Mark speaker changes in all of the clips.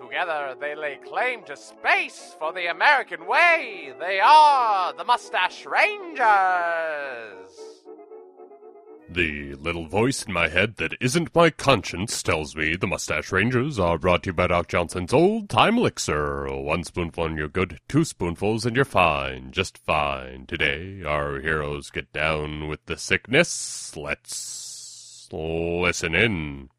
Speaker 1: Together, they lay claim to space for the American way. They are the Mustache Rangers.
Speaker 2: The little voice in my head that isn't my conscience tells me the Mustache Rangers are brought to you by Doc Johnson's Old Time Elixir. One spoonful and you're good, two spoonfuls and you're fine, just fine. Today, our heroes get down with the sickness. Let's listen in.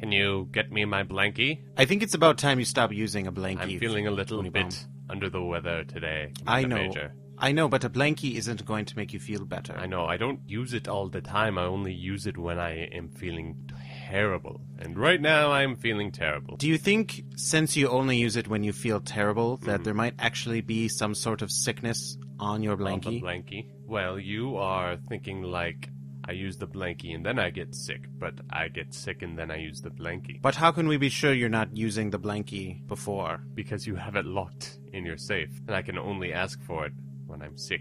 Speaker 2: Can you get me my blankie?
Speaker 3: I think it's about time you stop using a blankie.
Speaker 2: I'm feeling a little
Speaker 3: Tony
Speaker 2: bit
Speaker 3: Baum.
Speaker 2: under the weather today.
Speaker 3: I
Speaker 2: Commander
Speaker 3: know.
Speaker 2: Major.
Speaker 3: I know, but a blankie isn't going to make you feel better.
Speaker 2: I know. I don't use it all the time. I only use it when I am feeling terrible. And right now, I'm feeling terrible.
Speaker 3: Do you think, since you only use it when you feel terrible,
Speaker 2: Mm-hmm.
Speaker 3: that there might actually be some sort of sickness on your
Speaker 2: Of a
Speaker 3: blankie?
Speaker 2: blankie. Well, you are thinking like I use the blankie and then I get sick, but I get sick and then I use the blankie
Speaker 3: but how can we be sure you're not using the blankie before?
Speaker 2: because you have it locked in your safe, and I can only ask for it when I'm sick.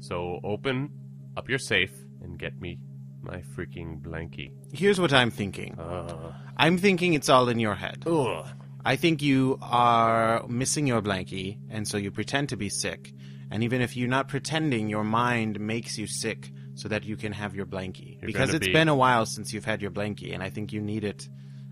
Speaker 2: So open up your safe and get me my freaking blankie.
Speaker 3: Here's what I'm thinking.
Speaker 2: Ugh.
Speaker 3: I'm thinking it's all in your head.
Speaker 2: Ugh.
Speaker 3: I think you are missing your blankie, and so you pretend to be sick. And even if you're not pretending, your mind makes you sick so that you can have your blankie.
Speaker 2: You're
Speaker 3: because
Speaker 2: gonna
Speaker 3: it's
Speaker 2: be-
Speaker 3: been a while since you've had your blankie, and I think you need it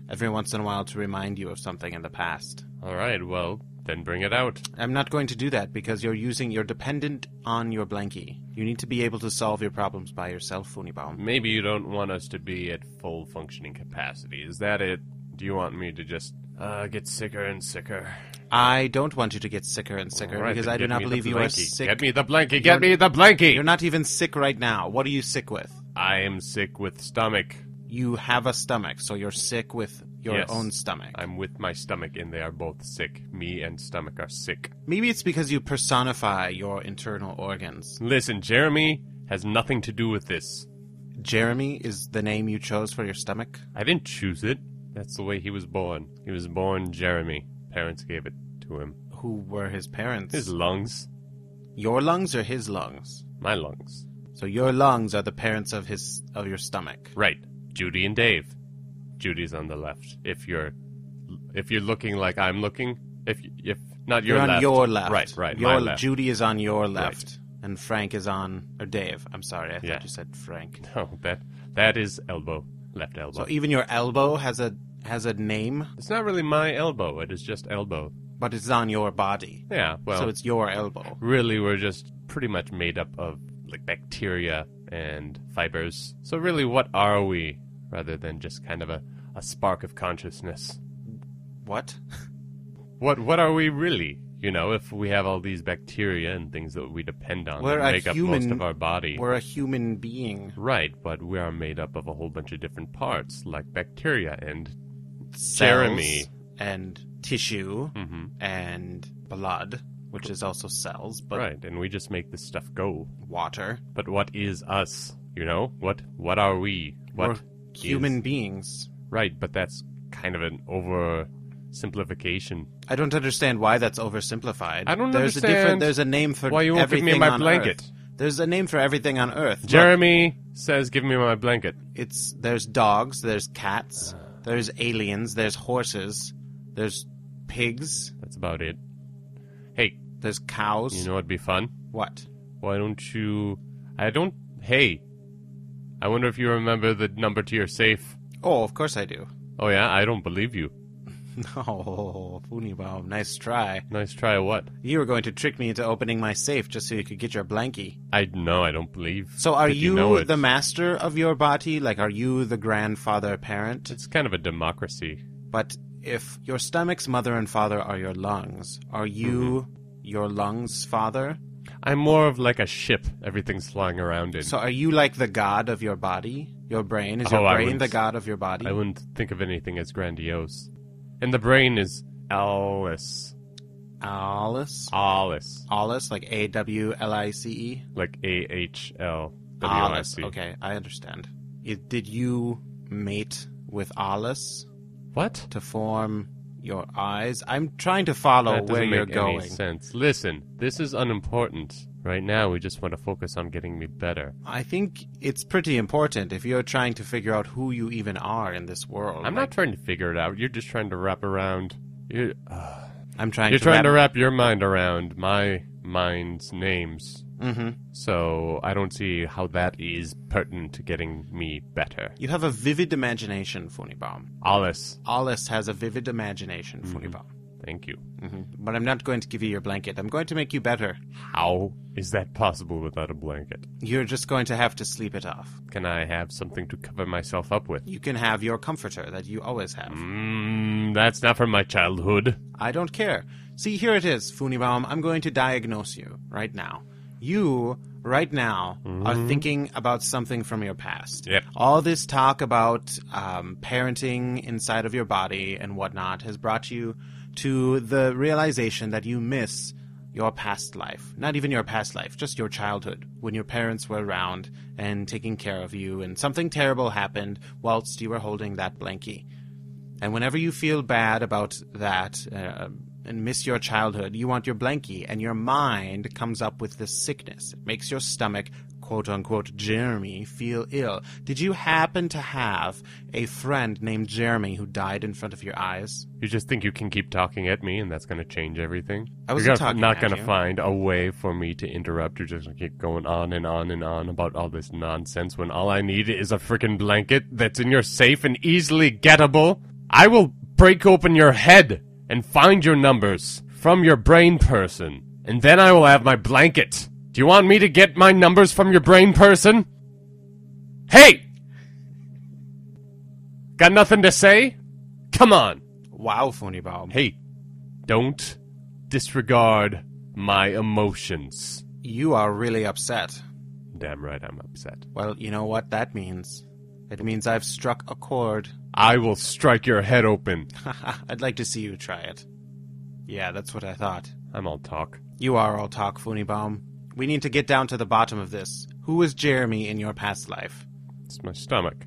Speaker 3: every once in a while to remind you of something in the past.
Speaker 2: All right. Well, then bring it out.
Speaker 3: I'm not going to do that because you're using you're dependent on your blankie. You need to be able to solve your problems by yourself, Funibaum.
Speaker 2: Maybe you don't want us to be at full functioning capacity. Is that it? Do you want me to just uh, get sicker and sicker?
Speaker 3: I don't want you to get sicker and sicker
Speaker 2: All right,
Speaker 3: because
Speaker 2: then
Speaker 3: I do
Speaker 2: get
Speaker 3: not
Speaker 2: me the
Speaker 3: believe you are
Speaker 2: blankie.
Speaker 3: sick.
Speaker 2: Get me the blankie. Get me the blankie.
Speaker 3: You're not even sick right now. What are you sick with?
Speaker 2: I am sick with stomach.
Speaker 3: you have a stomach, so you're sick with your
Speaker 2: Yes.
Speaker 3: own stomach.
Speaker 2: I'm with my stomach, and they are both sick. Me and stomach are sick.
Speaker 3: Maybe it's because you personify your internal organs.
Speaker 2: Listen, Jeremy has nothing to do with this.
Speaker 3: Jeremy is the name you chose for your stomach.
Speaker 2: I didn't choose it. That's the way he was born. He was born Jeremy. Parents gave it to him.
Speaker 3: Who were his parents?
Speaker 2: His lungs.
Speaker 3: your lungs or his lungs?
Speaker 2: My lungs.
Speaker 3: So your lungs are the parents of his of your stomach.
Speaker 2: Right. Judy and Dave. Judy's on the left. If you're if you're looking like I'm looking, if if not your
Speaker 3: you're on
Speaker 2: left.
Speaker 3: your left.
Speaker 2: Right, right.
Speaker 3: Your
Speaker 2: my left.
Speaker 3: Judy is on your left. And Frank is on or Dave. I'm sorry, I thought
Speaker 2: Yeah.
Speaker 3: you said Frank.
Speaker 2: No, Oh, that that is elbow. Left elbow.
Speaker 3: So even your elbow has a has a name,
Speaker 2: It's not really my elbow, it is just elbow.
Speaker 3: but it's on your body.
Speaker 2: Yeah, well,
Speaker 3: so it's your elbow.
Speaker 2: really, we're just pretty much made up of like bacteria and fibers. So, really, what are we rather than just kind of a, a spark of consciousness?
Speaker 3: What?
Speaker 2: What, what are we really? You know, if we have all these bacteria and things that we depend on
Speaker 3: We're
Speaker 2: that
Speaker 3: a
Speaker 2: make up
Speaker 3: human-
Speaker 2: most of our body.
Speaker 3: We're a human being.
Speaker 2: Right, but we are made up of a whole bunch of different parts, like bacteria and Jeremy.
Speaker 3: Jeremy and tissue
Speaker 2: mhm,
Speaker 3: and blood, which is also cells, but
Speaker 2: right, and we just make this stuff go.
Speaker 3: water.
Speaker 2: But what is us? You know what? What are we? What
Speaker 3: We're human
Speaker 2: is-
Speaker 3: beings.
Speaker 2: Right, but that's kind of an oversimplification.
Speaker 3: I don't understand why that's oversimplified.
Speaker 2: I don't
Speaker 3: there's A different,
Speaker 2: understand
Speaker 3: there's a name for
Speaker 2: why you won't give
Speaker 3: everything
Speaker 2: me my
Speaker 3: on
Speaker 2: blanket.
Speaker 3: Earth. There's a name for everything on Earth. Look,
Speaker 2: Jeremy says, "Give me my blanket."
Speaker 3: it's there's dogs, there's cats,
Speaker 2: Ah.
Speaker 3: there's aliens, there's horses, there's pigs,
Speaker 2: That's about it. Hey,
Speaker 3: there's cows.
Speaker 2: you know what'd be fun?
Speaker 3: what?
Speaker 2: Why don't you? I don't. Hey, I wonder if you remember the number to your safe.
Speaker 3: Oh, of course I do.
Speaker 2: Oh yeah, I don't believe you.
Speaker 3: Oh, Funibom, nice try.
Speaker 2: Nice try. What?
Speaker 3: You were going to trick me into opening my safe just so you could get your blankie.
Speaker 2: I no, I don't believe.
Speaker 3: So are
Speaker 2: that
Speaker 3: you,
Speaker 2: know it.
Speaker 3: the master of your body? Like, are you the grandfather parent?
Speaker 2: It's kind of a democracy.
Speaker 3: But if your stomach's mother and father are your lungs, are you
Speaker 2: Mm-hmm.
Speaker 3: your lungs' father?
Speaker 2: I'm more of like a ship. Everything's flying around in.
Speaker 3: So are you like the god of your body? Your brain? Is
Speaker 2: Oh,
Speaker 3: your
Speaker 2: I
Speaker 3: brain
Speaker 2: wouldn't-
Speaker 3: the god of your body?
Speaker 2: I wouldn't think of anything as grandiose. And the brain is Alice.
Speaker 3: Alice.
Speaker 2: Alice.
Speaker 3: Alice, like A W L I C E.
Speaker 2: Like A H L W I
Speaker 3: Alice.
Speaker 2: C. E.
Speaker 3: Okay, I understand. I- Did you mate with Alice
Speaker 2: What?
Speaker 3: to form your eyes? I'm trying to follow
Speaker 2: that doesn't
Speaker 3: where
Speaker 2: make
Speaker 3: you're
Speaker 2: any
Speaker 3: going.
Speaker 2: sense. Listen, this is unimportant. Right now, we just want to focus on getting me better.
Speaker 3: I think it's pretty important if you're trying to figure out who you even are in this world.
Speaker 2: I'm not trying to figure it out. You're just trying to wrap around. You're,
Speaker 3: I'm trying.
Speaker 2: you're
Speaker 3: to
Speaker 2: trying to
Speaker 3: wrap-
Speaker 2: wrap your mind around my mind's names.
Speaker 3: Mhm.
Speaker 2: So I don't see how that is pertinent to getting me better.
Speaker 3: You have a vivid imagination, Funibom.
Speaker 2: Alice,
Speaker 3: Alice has a vivid imagination,
Speaker 2: Mm-hmm.
Speaker 3: Funibom.
Speaker 2: thank you.
Speaker 3: hmm But I'm not going to give you your blanket. I'm going to make you better.
Speaker 2: How is that possible without a blanket?
Speaker 3: You're just going to have to sleep it off.
Speaker 2: Can I have something to cover myself up with?
Speaker 3: You can have your comforter that you always have.
Speaker 2: Mmm, that's not from my childhood.
Speaker 3: I don't care. See, here it is, Funibaum. I'm going to diagnose you right now. You, right now, are thinking about something from your past.
Speaker 2: Yep.
Speaker 3: All this talk about um, parenting inside of your body and whatnot has brought you to the realization that you miss your past life. Not even your past life, just your childhood, when your parents were around and taking care of you, and something terrible happened whilst you were holding that blankie. And whenever you feel bad about that uh, and miss your childhood, you want your blankie, and your mind comes up with this sickness. It makes your stomach, quote unquote, Jeremy, feel ill. Did you happen to have a friend named Jeremy who died in front of your eyes?
Speaker 2: You just think you can keep talking at me and that's going to change everything?
Speaker 3: I wasn't
Speaker 2: You're
Speaker 3: talking
Speaker 2: not
Speaker 3: at
Speaker 2: gonna
Speaker 3: you.
Speaker 2: find a way for me to interrupt. You're just going to keep going on and on and on about all this nonsense when all I need is a freaking blanket that's in your safe and easily gettable. I will break open your head and find your numbers from your brain person, and then I will have my blanket. Do you want me to get my numbers from your brain person? Hey! Got nothing to say? Come on.
Speaker 3: Wow, Funibaum.
Speaker 2: Hey, don't disregard my emotions.
Speaker 3: You are really upset.
Speaker 2: Damn right I'm upset.
Speaker 3: Well, you know what that means? It means I've struck a chord.
Speaker 2: I will strike your head open.
Speaker 3: I'd like to see you try it. Yeah, that's what I thought.
Speaker 2: I'm all talk.
Speaker 3: You are all talk, Funibaum. We need to get down to the bottom of this. Who was Jeremy in your past life?
Speaker 2: It's my stomach.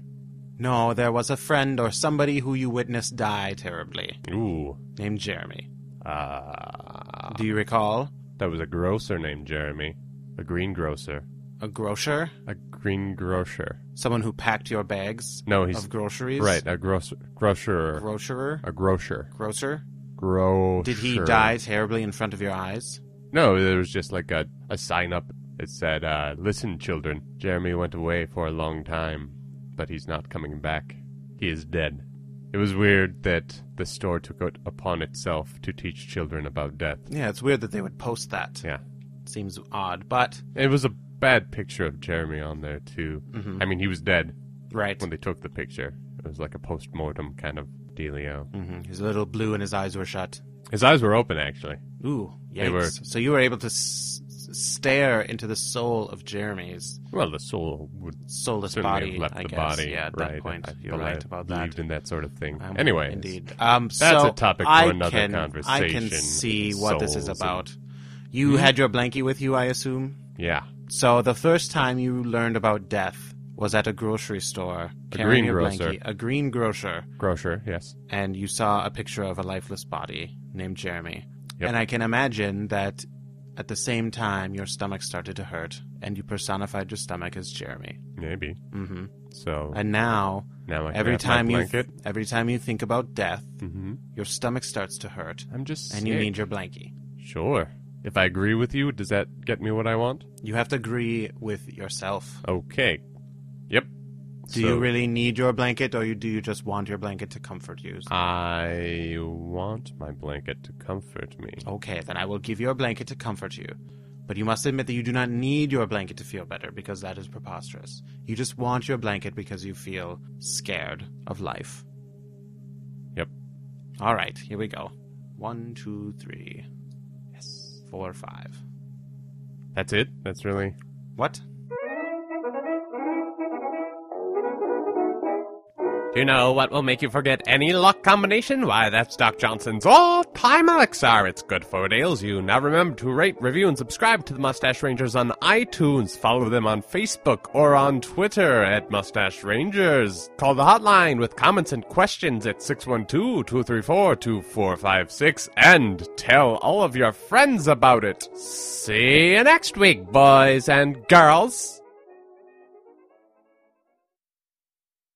Speaker 3: No, there was a friend or somebody who you witnessed die terribly,
Speaker 2: Ooh.
Speaker 3: named Jeremy.
Speaker 2: Ah.
Speaker 3: Do you recall?
Speaker 2: that was a grocer named Jeremy. A greengrocer.
Speaker 3: A grocer?
Speaker 2: A greengrocer.
Speaker 3: Someone who packed your bags
Speaker 2: No, he's
Speaker 3: of groceries?
Speaker 2: right. A grocer. Grocer.
Speaker 3: Grocerer?
Speaker 2: A grocer.
Speaker 3: Grocer?
Speaker 2: Grocer.
Speaker 3: Did he die terribly in front of your eyes?
Speaker 2: No, there was just like a, a sign up that said, uh, Listen, children, Jeremy went away for a long time, but he's not coming back. He is dead. It was weird that the store took it upon itself to teach children about death.
Speaker 3: Yeah, it's weird that they would post that.
Speaker 2: Yeah.
Speaker 3: Seems odd, but.
Speaker 2: It was a bad picture of Jeremy on there, too.
Speaker 3: Mm-hmm.
Speaker 2: I mean, he was dead
Speaker 3: Right.
Speaker 2: when they took the picture. It was like a post mortem kind of dealio.
Speaker 3: hmm He's a little blue and his eyes were shut.
Speaker 2: His eyes were open, actually.
Speaker 3: Ooh,
Speaker 2: They
Speaker 3: yikes.
Speaker 2: were-
Speaker 3: So you were able to s- s- stare into the soul of Jeremy's
Speaker 2: Well, the soul would
Speaker 3: soulless
Speaker 2: certainly
Speaker 3: body,
Speaker 2: have left
Speaker 3: I
Speaker 2: the
Speaker 3: guess.
Speaker 2: body.
Speaker 3: yeah, at
Speaker 2: right,
Speaker 3: that point,
Speaker 2: if
Speaker 3: you're
Speaker 2: the
Speaker 3: right
Speaker 2: life
Speaker 3: about
Speaker 2: believed
Speaker 3: that.
Speaker 2: in that sort of thing.
Speaker 3: Um,
Speaker 2: anyway,
Speaker 3: indeed. Um,
Speaker 2: That's
Speaker 3: so
Speaker 2: a topic for
Speaker 3: I
Speaker 2: another
Speaker 3: can, I can
Speaker 2: conversation,
Speaker 3: see what this is
Speaker 2: souls Hmm?
Speaker 3: about. You had your blankie with you, I assume.
Speaker 2: Yeah.
Speaker 3: So the first time you learned about death was at a grocery store.
Speaker 2: A
Speaker 3: carrying your
Speaker 2: greengrocer.
Speaker 3: blankie, A greengrocer.
Speaker 2: Grocer, yes.
Speaker 3: and you saw a picture of a lifeless body named Jeremy.
Speaker 2: Yep.
Speaker 3: And I can imagine that at the same time your stomach started to hurt and you personified your stomach as Jeremy.
Speaker 2: Maybe.
Speaker 3: hmm
Speaker 2: So
Speaker 3: And now
Speaker 2: now I can
Speaker 3: every
Speaker 2: have
Speaker 3: time
Speaker 2: my
Speaker 3: you
Speaker 2: blanket.
Speaker 3: every time you think about death,
Speaker 2: hmm
Speaker 3: your stomach starts to hurt
Speaker 2: I'm just
Speaker 3: and you
Speaker 2: sick.
Speaker 3: need your blankie.
Speaker 2: Sure. If I agree with you, does that get me what I want?
Speaker 3: You have to agree with yourself.
Speaker 2: Okay. Yep.
Speaker 3: Do
Speaker 2: So
Speaker 3: you really need your blanket or you, do you just want your blanket to comfort you?
Speaker 2: I want my blanket to comfort me.
Speaker 3: Okay, then I will give you a blanket to comfort you. But you must admit that you do not need your blanket to feel better because that is preposterous. You just want your blanket because you feel scared of life.
Speaker 2: Yep.
Speaker 3: All right, here we go. One, two, three,
Speaker 2: Yes.
Speaker 3: four, five.
Speaker 2: That's it? That's really
Speaker 3: What?
Speaker 2: Do you know what will make you forget any luck combination? Why, that's Doc Johnson's all time elixir. It's good for ails you. Now remember to rate, review, and subscribe to the Mustache Rangers on iTunes. Follow them on Facebook or on Twitter at Mustache Rangers. Call the hotline with comments and questions at 612 234 2456 and tell all of your friends about it. See you next week, boys and girls.